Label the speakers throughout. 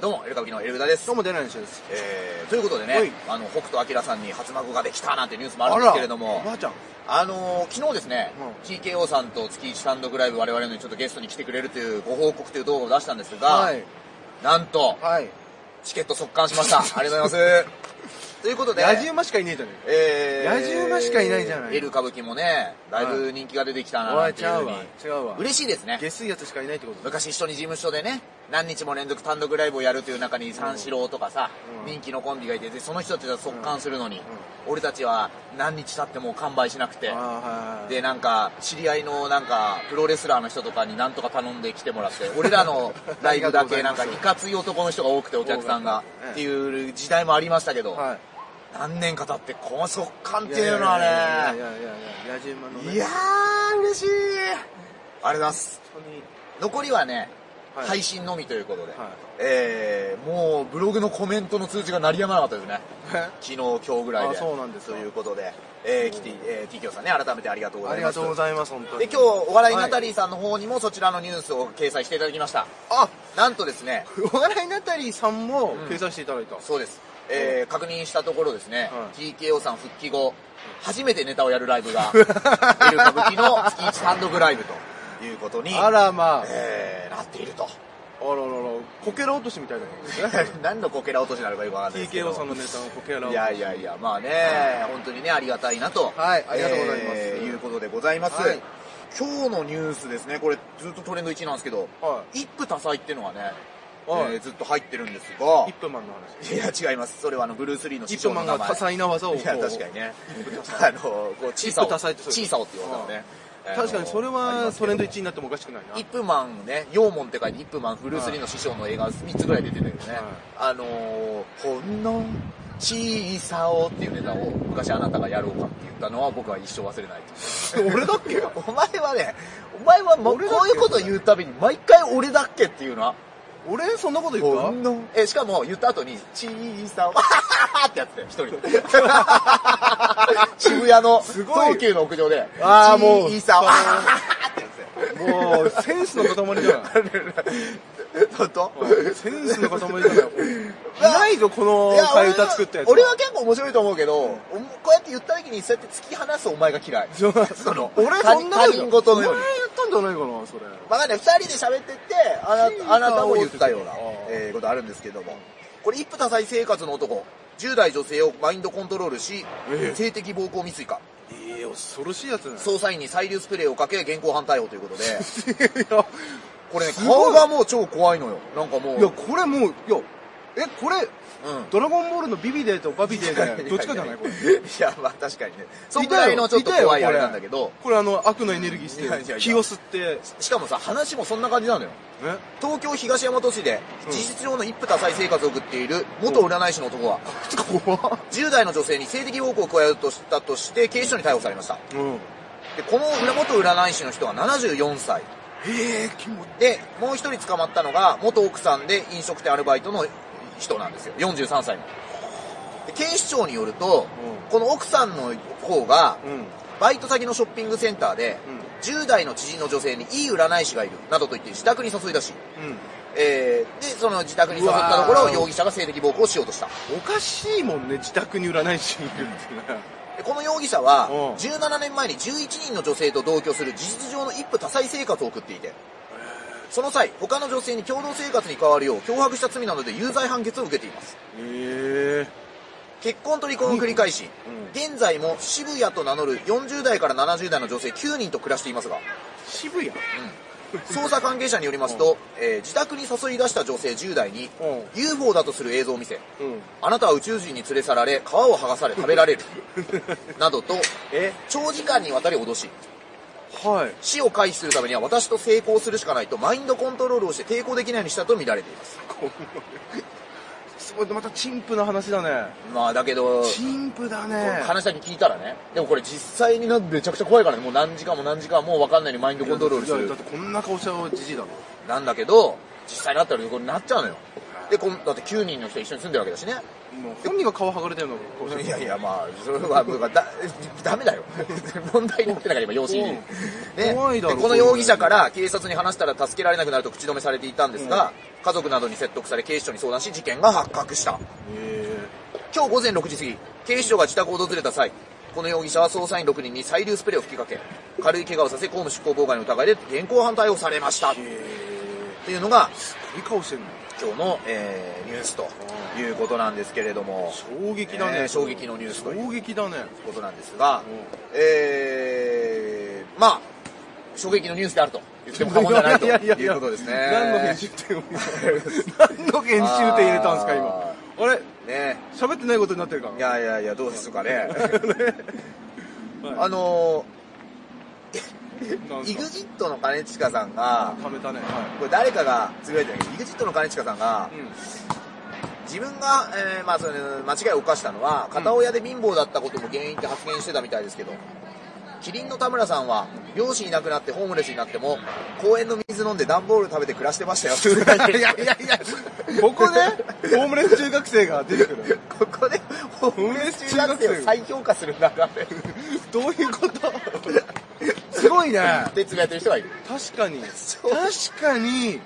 Speaker 1: どうも、エルカブキのエルグダです。
Speaker 2: どうも、出ないしです。
Speaker 1: えー、ということで
Speaker 2: は
Speaker 1: ね
Speaker 2: い、
Speaker 1: あの、北斗晶さんに初孫ができたなんてニュースもあるんですけれども
Speaker 2: お、ばあちゃん。
Speaker 1: あのー昨日ですね、
Speaker 2: う
Speaker 1: TKO さんと月一単独ライブ我々のちょっとゲストに来てくれるというご報告という動画を出したんですが、
Speaker 2: はい。
Speaker 1: なんと、
Speaker 2: はい。
Speaker 1: チケット速完し ました。ありがとうございます。ということで、
Speaker 2: ラジウマしかいねえじゃね
Speaker 1: えー、
Speaker 2: ラジウマしかいないじゃない
Speaker 1: エル歌舞伎もね、だいぶ人気が出てきた
Speaker 2: え
Speaker 1: な
Speaker 2: か。お
Speaker 1: なん
Speaker 2: い、
Speaker 1: て
Speaker 2: 違
Speaker 1: いうふう
Speaker 2: う
Speaker 1: に
Speaker 2: わ。違うわ。
Speaker 1: 嬉しいですね。
Speaker 2: 下水やつしかいないってことだ。
Speaker 1: 昔一緒に事務所でね何日も連続単独ライブをやるという中に三四郎とかさ、
Speaker 2: うん
Speaker 1: 人気のコンビがいてでその人たちは速乾するのに、俺たちは何日経っても完売しなくて
Speaker 2: あーはい。
Speaker 1: でなんか知り合いのなんかプロレスラーの人とかになんとか頼んで来てもら って俺らのライブだけなんかいかつい男の人が多くてお客さんが
Speaker 2: ええ
Speaker 1: っていう時代もありましたけど、
Speaker 2: は
Speaker 1: 何年か経ってこの速乾っ
Speaker 2: い。
Speaker 1: ていうのはね
Speaker 2: いやいやいやいや、ラジウマのね。
Speaker 1: いやー嬉しいありがとうございます
Speaker 2: 本当に。
Speaker 1: 残りはね、
Speaker 2: はい
Speaker 1: 配信のみということで、
Speaker 2: はい
Speaker 1: えーもうブログのコメントの通知が鳴りやまなかったですね昨日今日ぐらいで
Speaker 2: あそうなんですか
Speaker 1: ということで、えー来て、えー、TKO さんね改めてありがとうご
Speaker 2: あ
Speaker 1: ざい
Speaker 2: り
Speaker 1: ま
Speaker 2: が
Speaker 1: す
Speaker 2: とうございます、本当に。
Speaker 1: で今日お笑いナタリーさんの方にもそちらのニュースを掲載していただきました
Speaker 2: あ、
Speaker 1: なんとですね
Speaker 2: お笑いナタリーさんも
Speaker 1: ん
Speaker 2: 掲載していただいた。
Speaker 1: そうです、えー確認したところですね、
Speaker 2: は
Speaker 1: TKO さん復帰後初めてネタをやるライ ブがエル歌舞伎の月1単独ライブということに
Speaker 2: あらまあ。あら
Speaker 1: えーなっていると
Speaker 2: ららら、こけら落としみたいなもんですね。
Speaker 1: 何のこけら落としなのかよくわかんないですけど
Speaker 2: TKO さんのネタのこけら落とし。
Speaker 1: いやいやいやまあね、本当にねありがたいなと
Speaker 2: はいありがとうございます
Speaker 1: えーいうことでございます、
Speaker 2: はい
Speaker 1: 今日のニュースですねこれずっとトレンド1なんですけど、
Speaker 2: は
Speaker 1: 一夫多妻っていうのがね、
Speaker 2: はい
Speaker 1: えーずっと入ってるんですが
Speaker 2: 一分マンの話。
Speaker 1: いや違いますそれはあのブルース・リーの師
Speaker 2: 一分
Speaker 1: 匠
Speaker 2: マ
Speaker 1: の
Speaker 2: ン
Speaker 1: 名前
Speaker 2: が多彩な技をこう。
Speaker 1: いや確かにねあのこう小
Speaker 2: 一夫多
Speaker 1: さ
Speaker 2: 妻
Speaker 1: を
Speaker 2: ってそうです
Speaker 1: 小さをっていう技をね
Speaker 2: 確かにそれはトレンド1位になってもおかしくないな
Speaker 1: イップマンね、ヨーモンって書いて、イップマン、フルース・リーの師匠の映画3つぐらい出てたよね。あのー、ほんの小さをっていうネタを昔あなたがやろうかって言ったのは僕は一生忘れない。
Speaker 2: 俺だっけ
Speaker 1: お前はね、お前はもうこ
Speaker 2: 俺だっ
Speaker 1: う
Speaker 2: け
Speaker 1: いうこと言うたびに毎回俺だっけっていうな。
Speaker 2: 俺そんなこと言
Speaker 1: ほ
Speaker 2: っ
Speaker 1: んの、え、しかも言った後に、小さを、わはは はってやってたよ、一人で。 渋谷の
Speaker 2: すごい
Speaker 1: 東急の屋上で、
Speaker 2: あーもう
Speaker 1: 小さを、わはは はってやってたよ。
Speaker 2: たもうセンスの塊じゃない
Speaker 1: 本当
Speaker 2: センスの塊じゃないないぞこの
Speaker 1: いや
Speaker 2: 替え歌作ったやつ
Speaker 1: 俺は俺は結構面白いと思うけど、おこうやって言った時にそうやって突き放すお前が嫌い。
Speaker 2: そう
Speaker 1: その、
Speaker 2: 俺そんなこと
Speaker 1: 他人事のように
Speaker 2: お前。やったんじゃないかなそれ
Speaker 1: わかんない。二人で喋ってって、あなあなたも言ったような
Speaker 2: あー、
Speaker 1: えーことあるんですけども。これ、一夫多妻生活の男。10代女性をマインドコントロールし、
Speaker 2: ええ
Speaker 1: 性的暴行未遂か。
Speaker 2: ええ恐ろしいやつね
Speaker 1: 捜査員に催涙スプレーをかけ、現行犯逮捕 ということで。
Speaker 2: いや
Speaker 1: これね、
Speaker 2: すご
Speaker 1: 顔
Speaker 2: い
Speaker 1: がもう超怖いのよ。なんかもう。
Speaker 2: いやこれもういやえこれ
Speaker 1: うん。
Speaker 2: ドラゴンボールのビビデとバビデでどっちかじゃないこれ
Speaker 1: いや、まあ確かにね。そんぐらいのちょっと怖いあれなんだけど、
Speaker 2: これあの悪のエネルギー
Speaker 1: いやいやい
Speaker 2: して
Speaker 1: や
Speaker 2: 気を吸って
Speaker 1: しかもさ、話もそんな感じなのよ。
Speaker 2: ね
Speaker 1: 東京東大和市で、
Speaker 2: うん
Speaker 1: 事実上の一夫多妻生活を送っている元占い師の男が、
Speaker 2: 怖っ
Speaker 1: 10代の女性に性的暴行を加えようとしたとして、警視庁に逮捕されました。
Speaker 2: うん
Speaker 1: で、この裏元占い師の人が74歳。
Speaker 2: ええ気持ち
Speaker 1: で、もう一人捕まったのが、元奥さんで飲食店アルバイトの人なんですよ。43歳の。で警視庁によると、
Speaker 2: うん
Speaker 1: この奥さんの方が、
Speaker 2: うん
Speaker 1: バイト先のショッピングセンターで、10代の知人の女性にいい占い師がいる、などと言って自宅に誘い出し、
Speaker 2: うん
Speaker 1: えーで、その自宅に誘ったとこ
Speaker 2: う
Speaker 1: ろ、
Speaker 2: わー
Speaker 1: 容疑者が性的暴行をしようとした。
Speaker 2: おかしいもんね自宅に占い師にいるってね
Speaker 1: でこの容疑者は
Speaker 2: うん、
Speaker 1: 17年前に11人の女性と同居する事実上の一夫多妻生活を送っていて、その際、他の女性に共同生活に関わるよう脅迫した罪などで有罪判決を受けています。
Speaker 2: ええ
Speaker 1: 結婚と離婚を繰り返し、
Speaker 2: うん
Speaker 1: 現在も渋谷と名乗る40代から70代の女性9人と暮らしていますが、
Speaker 2: 渋谷
Speaker 1: 捜査関係者によりますと、えー自宅に誘い出した女性10代に
Speaker 2: うん
Speaker 1: UFO だとする映像を見せ
Speaker 2: うん
Speaker 1: あなたは宇宙人に連れ去られ皮を剥がされ食べら れるなどと
Speaker 2: え
Speaker 1: 長時間にわたり脅し
Speaker 2: はい
Speaker 1: 死を回避するためには私と成功するしかないとマインドコントロールをして抵抗できないようにしたと見られています
Speaker 2: このすごいまた陳腐な話だね
Speaker 1: まあだけど
Speaker 2: 陳腐だね
Speaker 1: 話だけ聞いたらねでもこれ実際になめちゃくちゃ怖いからねもう何時間も何時間も分かんないようにマインドコントロールす
Speaker 2: いや
Speaker 1: る
Speaker 2: だってこんな顔しちゃうじじいだろ
Speaker 1: なんだけど実際になったらこになっちゃうのよでこんだって9人の人一緒に住んでるわけだしね
Speaker 2: もう本人が顔剥がれてるのがこうして
Speaker 1: いやいや、まあ、それは、僕はだ、 ダメだよ。問題になってなから、今、養子に。ね
Speaker 2: 怖いだろ
Speaker 1: でこの容疑者から警察に話したら助けられなくなると口止めされていたんですが、家族などに説得され警視庁に相談し、事件が発覚した。
Speaker 2: え
Speaker 1: 今日午前6時過ぎ、警視庁が自宅を訪れた際、この容疑者は捜査員6人に催涙スプレーを吹きかけ、軽い怪我をさせ公務執行妨害の疑いで現行犯逮捕されました。
Speaker 2: ー、
Speaker 1: と
Speaker 2: え
Speaker 1: いうのが、
Speaker 2: ー、すごい顔してんの
Speaker 1: 今日の、えーニュースということなんですけれども、
Speaker 2: 衝撃だね、
Speaker 1: えー衝撃のニュースという
Speaker 2: 衝撃だね
Speaker 1: ことなんですが
Speaker 2: うん、
Speaker 1: えー、まあ、衝撃のニュースであると言っても過言じゃないと
Speaker 2: やや
Speaker 1: いうことですね。
Speaker 2: 何の編集点を何の編集点入れたんですか
Speaker 1: あ
Speaker 2: 今あれ
Speaker 1: ね
Speaker 2: 喋ってないことになってるか
Speaker 1: いや
Speaker 2: ら
Speaker 1: いやいや、どうですか ね。
Speaker 2: は
Speaker 1: あの
Speaker 2: いなん
Speaker 1: ー、
Speaker 2: すか
Speaker 1: EXIT の兼近さんが、
Speaker 2: ためたねは
Speaker 1: これ誰かがつぶやいてるけど、EXIT の兼近さんが
Speaker 2: い、、うん、
Speaker 1: 自分が、えーまあ、その間違いを犯したのは、片親で貧乏だったことも原因って発言してたみたいですけど、キリンの田村さんは、両親いなくなってホームレスになっても、公園の水飲んで段ボール食べて暮らしてましたよ。いやいやいや、
Speaker 2: ここね、ホームレス中学生が出てくる。
Speaker 1: ここでホームレス中学生を再評価する流れ
Speaker 2: どういうことすごいね。
Speaker 1: でつぶやいてる人がいる。
Speaker 2: 確かに。
Speaker 1: そう
Speaker 2: 確かに、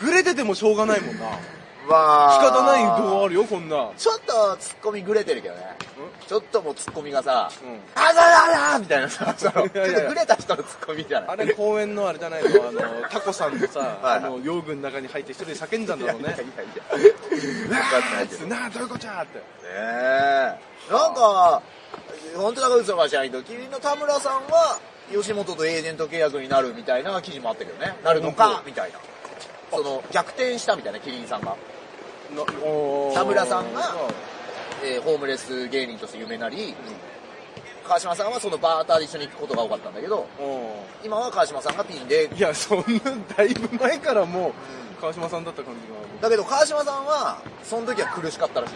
Speaker 2: グレててもしょうがないもんな。
Speaker 1: ま
Speaker 2: 仕方ない動画あるよ、こんな。
Speaker 1: ちょっとツッコミぐれてるけどね。ちょっともうツッコミがさ、
Speaker 2: うん
Speaker 1: あざららみたいなさ、そのちょっ
Speaker 2: い
Speaker 1: と
Speaker 2: やいや
Speaker 1: ぐれた人のツッコミじゃない。
Speaker 2: あれ公園のあれじゃないのあの、タコさんのさ、
Speaker 1: はい
Speaker 2: あの、用具の中に入って一人で叫んだんだろうね。
Speaker 1: わかんないけど。ね
Speaker 2: なあ、どういうこっちゃーって。
Speaker 1: え。なんか、本当だか嘘か知らんけど、キリンの田村さんは、吉本とエージェント契約になるみたいな記事もあったけどね。なるのか、みたいな。その、逆転したみたいな、キリンさんが。
Speaker 2: なおー
Speaker 1: 田村さんがえーホームレス芸人として有名になり、川島さんはそのバーターで一緒に行くことが多かったんだけど、
Speaker 2: お
Speaker 1: 今は川島さんがピンで
Speaker 2: ーいや、そんな、だいぶ前からもう、川島さんだった感じ
Speaker 1: だけど川島さんはその時は苦しかったらしい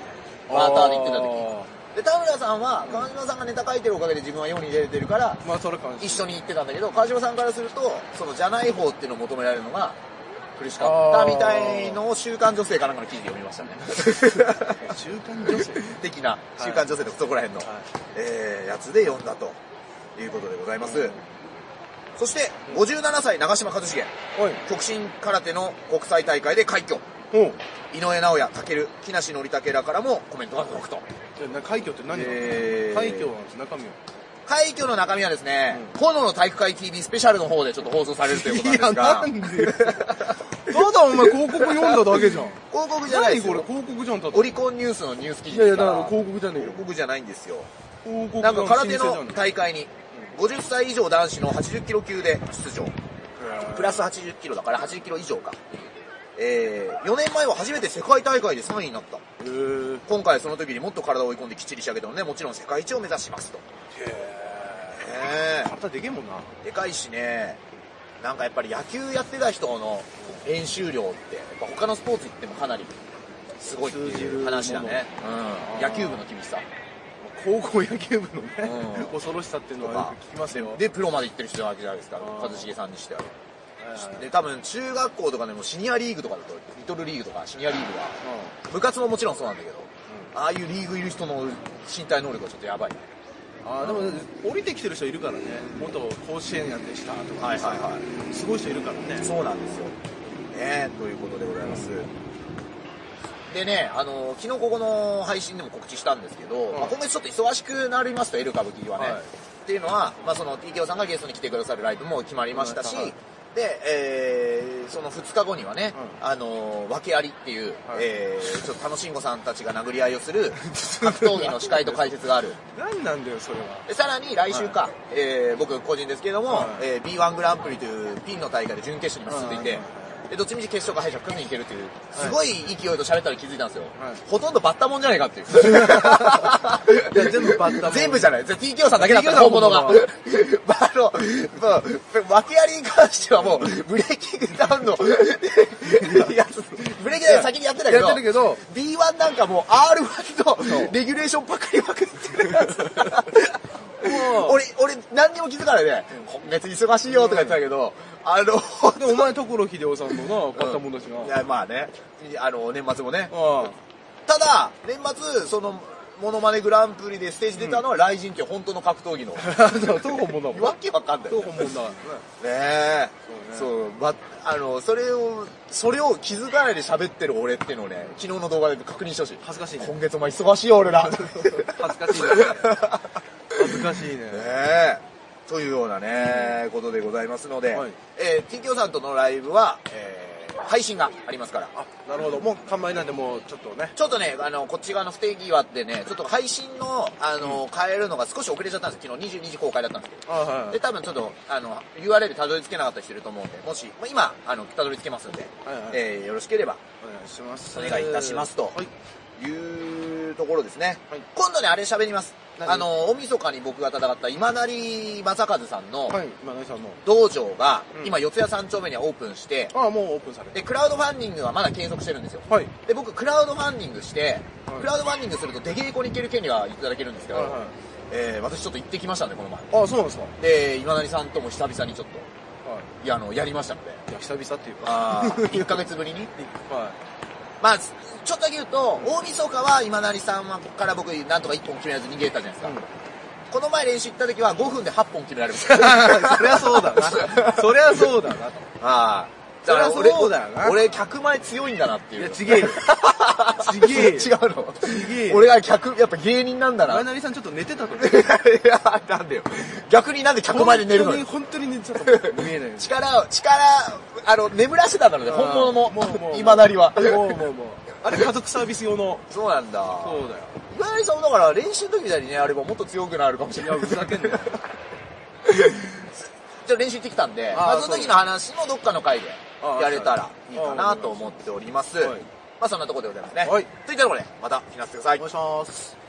Speaker 2: が。
Speaker 1: バーターで行ってた時
Speaker 2: あ
Speaker 1: で田村さんは川島さんがネタ書いてるおかげで自分は世に出れてるから
Speaker 2: ーまあ、それ感じ。
Speaker 1: 一緒に行ってたんだけど川島さんからするとそのじゃない方っていうのを求められるのが苦しかったみたいのを「週刊女性」かなんかの記事で読みましたね
Speaker 2: 中間女性。
Speaker 1: 的な「週刊女性」とかそこら辺の、
Speaker 2: はい
Speaker 1: えーやつで読んだということでございます、
Speaker 2: うん
Speaker 1: そして57歳長嶋一茂
Speaker 2: おい。
Speaker 1: 極真空手の国際大会で快挙
Speaker 2: おう。
Speaker 1: 井上尚弥、武木梨憲武らからもコメントが届くと。
Speaker 2: じゃあな快挙って何が、
Speaker 1: えー
Speaker 2: 快挙なんです、中身は。
Speaker 1: 快挙の中身はですね、炎の体育会 TV スペシャルの方でちょっと放送されるということなんですが、
Speaker 2: でよ ただお前広告読んだだけじゃん。
Speaker 1: 広告じゃないで
Speaker 2: 何
Speaker 1: す
Speaker 2: これ
Speaker 1: よ。
Speaker 2: 広告じゃん、ただ
Speaker 1: オ。リコンニュースのニュース記
Speaker 2: い
Speaker 1: 事
Speaker 2: や
Speaker 1: で
Speaker 2: いや、
Speaker 1: すから、
Speaker 2: だから広告じゃねえよ
Speaker 1: 広。告じゃないんですよ。
Speaker 2: 広告
Speaker 1: なんか空手
Speaker 2: 申請
Speaker 1: の大会に、50歳以上男子の80キロ級で出場。
Speaker 2: じゃん
Speaker 1: プラス80キロだから80キロ以上か。えー、4年前は初めて世界大会で3位になった。
Speaker 2: へー
Speaker 1: 今回はその時にもっと体を追い込んできっちり仕上げたので、もちろん世界一を目指しますと。ねえ
Speaker 2: へー。肩でけえもんな。
Speaker 1: でかいしね、なんかやっぱり野球やってた人の練習量って、やっぱ他のスポーツ行ってもかなりすごいって
Speaker 2: 通じ
Speaker 1: い
Speaker 2: る
Speaker 1: う話だね。うん、
Speaker 2: ー
Speaker 1: 野球部の厳しさ。
Speaker 2: 高校野球部のね
Speaker 1: うん、
Speaker 2: 恐ろしさっていうのはよく聞きますよ。
Speaker 1: で、プロまで行ってる人なわけじゃないですか
Speaker 2: あ、ー
Speaker 1: 一茂さんにしては。
Speaker 2: はい
Speaker 1: で、多分中学校とかでもシニアリーグとかだと、リトルリーグとかシニアリーグは、部活ももちろんそうなんだけど、ああいうリーグいる人の身体能力はちょっとやばいね。
Speaker 2: あーでもね降りてきてる人いるからね、元甲子園やでしたとか、
Speaker 1: はいはいはい。
Speaker 2: すごい人いるからね。
Speaker 1: そうなんですよ。ねえということでございます。でね、あの、昨日ここの配信でも告知したんですけど、
Speaker 2: ん
Speaker 1: まあ今月ちょっと忙しくなりますと、エル歌舞伎はね。
Speaker 2: はい
Speaker 1: っていうのは、まあその TKO さんがゲストに来てくださるライブも決まりましたし、
Speaker 2: はいはい
Speaker 1: で、えーその2日後にはね、
Speaker 2: う
Speaker 1: あの、訳ありっていう、
Speaker 2: はい
Speaker 1: えーちょっと楽しんごさんたちが殴り合いをす る、格闘技の司会と解説がある。
Speaker 2: 何なんだよ、それは。
Speaker 1: でさらに来週か、
Speaker 2: は
Speaker 1: えー僕個人ですけども、
Speaker 2: はい
Speaker 1: えー B1 グランプリというピンの大会で準決勝にも進んでいて
Speaker 2: は、
Speaker 1: でどっちみち決勝か敗者復活に行けるという、すごい勢いと喋ったら気づいたんですよ、
Speaker 2: はい
Speaker 1: ほとんどバッタもんじゃないかっていう。
Speaker 2: い や、全部バッタもん
Speaker 1: 全部じゃない。じゃあ TKO さんだけだった
Speaker 2: TKO
Speaker 1: 本物が。
Speaker 2: さん
Speaker 1: ま
Speaker 2: 本
Speaker 1: あ、あの、ま あ、訳ありに関してはもう、ブレーキングダウン の、いやブレーキングダウン先にやってたけど、
Speaker 2: やってるけど
Speaker 1: B1 なんかもう R1
Speaker 2: そう
Speaker 1: とレギュレーションばっかりまくってるやつ
Speaker 2: もう
Speaker 1: 俺、俺、何にも気づかないで、今月忙しいよとか言ってたけど、あの、
Speaker 2: でもお前、所秀夫さんのな、バッタもんだしな。
Speaker 1: いや、まあね、あの、年末もね、
Speaker 2: ああ
Speaker 1: たただ、年末、その、モノマネグランプリでステージ出たのは、雷神っていう本当の格 闘技の。
Speaker 2: 当本物だもん
Speaker 1: わけわかんない。
Speaker 2: どう本物だからね
Speaker 1: ねえ
Speaker 2: そ
Speaker 1: そ
Speaker 2: う
Speaker 1: うまあのそれをそれを気づかないで喋ってる俺っていうのをね昨日の動画で確認してほしい
Speaker 2: 恥ずかしいね
Speaker 1: 今月お前忙しいよ俺らね
Speaker 2: 恥ずかし いね恥ずかしいね
Speaker 1: えというようなね、ことでございますので、
Speaker 2: はい
Speaker 1: えー、TKO さんとのライブは、えー配信がありますから
Speaker 2: あなるほどもう完売なんでもうちょっとね
Speaker 1: ちょっとね、あの、こっち側の不手際ってね、ちょっと配信の、あの、変えるのが少し遅れちゃったんです昨日22時公開だったんですけど。
Speaker 2: あはい
Speaker 1: で、多分ちょっと、あの、URL たどり着けなかった人いると思うんで、もし、まあ、今、あの、たどり着けますんで、
Speaker 2: はいはい
Speaker 1: えーよろしければ、
Speaker 2: お願いします
Speaker 1: お願いいたしますと
Speaker 2: はい
Speaker 1: いうところですね。
Speaker 2: はい
Speaker 1: 今度ね、あれ喋ります。
Speaker 2: 何
Speaker 1: あの、大晦日に僕が戦った今成正和さんの
Speaker 2: はい今井さんも
Speaker 1: 道場が、
Speaker 2: うん
Speaker 1: 今、四谷三丁目にはオープンして、
Speaker 2: ああもうオープンされて
Speaker 1: で、クラウドファンディングはまだ継続してるんですよ。
Speaker 2: はい
Speaker 1: で、僕、クラウドファンディングして、
Speaker 2: はい
Speaker 1: クラウドファンディングすると、出稽古に行ける権利がいただけるんですけど、
Speaker 2: はいはい
Speaker 1: えー私ちょっと行ってきましたね、この前。
Speaker 2: ああそうなんですかは
Speaker 1: で、今成さんとも久々にちょっと、
Speaker 2: い
Speaker 1: いや、あの、やりましたので、
Speaker 2: いや久々っていうか
Speaker 1: あー1ヶ月ぶりに。
Speaker 2: は
Speaker 1: まあ、ちょっとだけ言うと、大晦日は今成さんはここから僕、なんとか1本決められず逃げたじゃないです
Speaker 2: い
Speaker 1: か。
Speaker 2: うん
Speaker 1: この前練習行った時は5分で8本決められました。
Speaker 2: そりゃそうだな。そりゃそうだなと。
Speaker 1: ああ。
Speaker 2: そりゃそうだよな
Speaker 1: 俺、俺客前強いんだなっていう。
Speaker 2: え よ。ちげえよ。
Speaker 1: 違うの
Speaker 2: ちげえよ。
Speaker 1: 俺が客、やっぱ芸人なんだな。
Speaker 2: 前
Speaker 1: い
Speaker 2: 成さんちょっと寝て たと思う。
Speaker 1: や、 なんでよ。逆になんで客前で寝るのよ。
Speaker 2: 本当に本当に寝てたと思う。見えない よ。
Speaker 1: 力を、力、あの、眠らせたんだろうね、本物も。今なりは。
Speaker 2: もうもうもう。あれ家族サービス用の。
Speaker 1: そうなんだ。
Speaker 2: そうだよ。
Speaker 1: 今成さんもだから練習の時みたいにね、あればもっと強くなるかもしれ
Speaker 2: い
Speaker 1: な
Speaker 2: や、
Speaker 1: い。
Speaker 2: ふざけんなよ。
Speaker 1: じゃあ練習行ってきたんで、
Speaker 2: あー
Speaker 1: まあ、その時の話もどっかの回で
Speaker 2: あー
Speaker 1: やれたら
Speaker 2: そう
Speaker 1: いい
Speaker 2: だね
Speaker 1: かなと思っております。
Speaker 2: はい
Speaker 1: まあそんなところでございますね。
Speaker 2: はい
Speaker 1: といったところで、また、ひなってください
Speaker 2: お願い。します。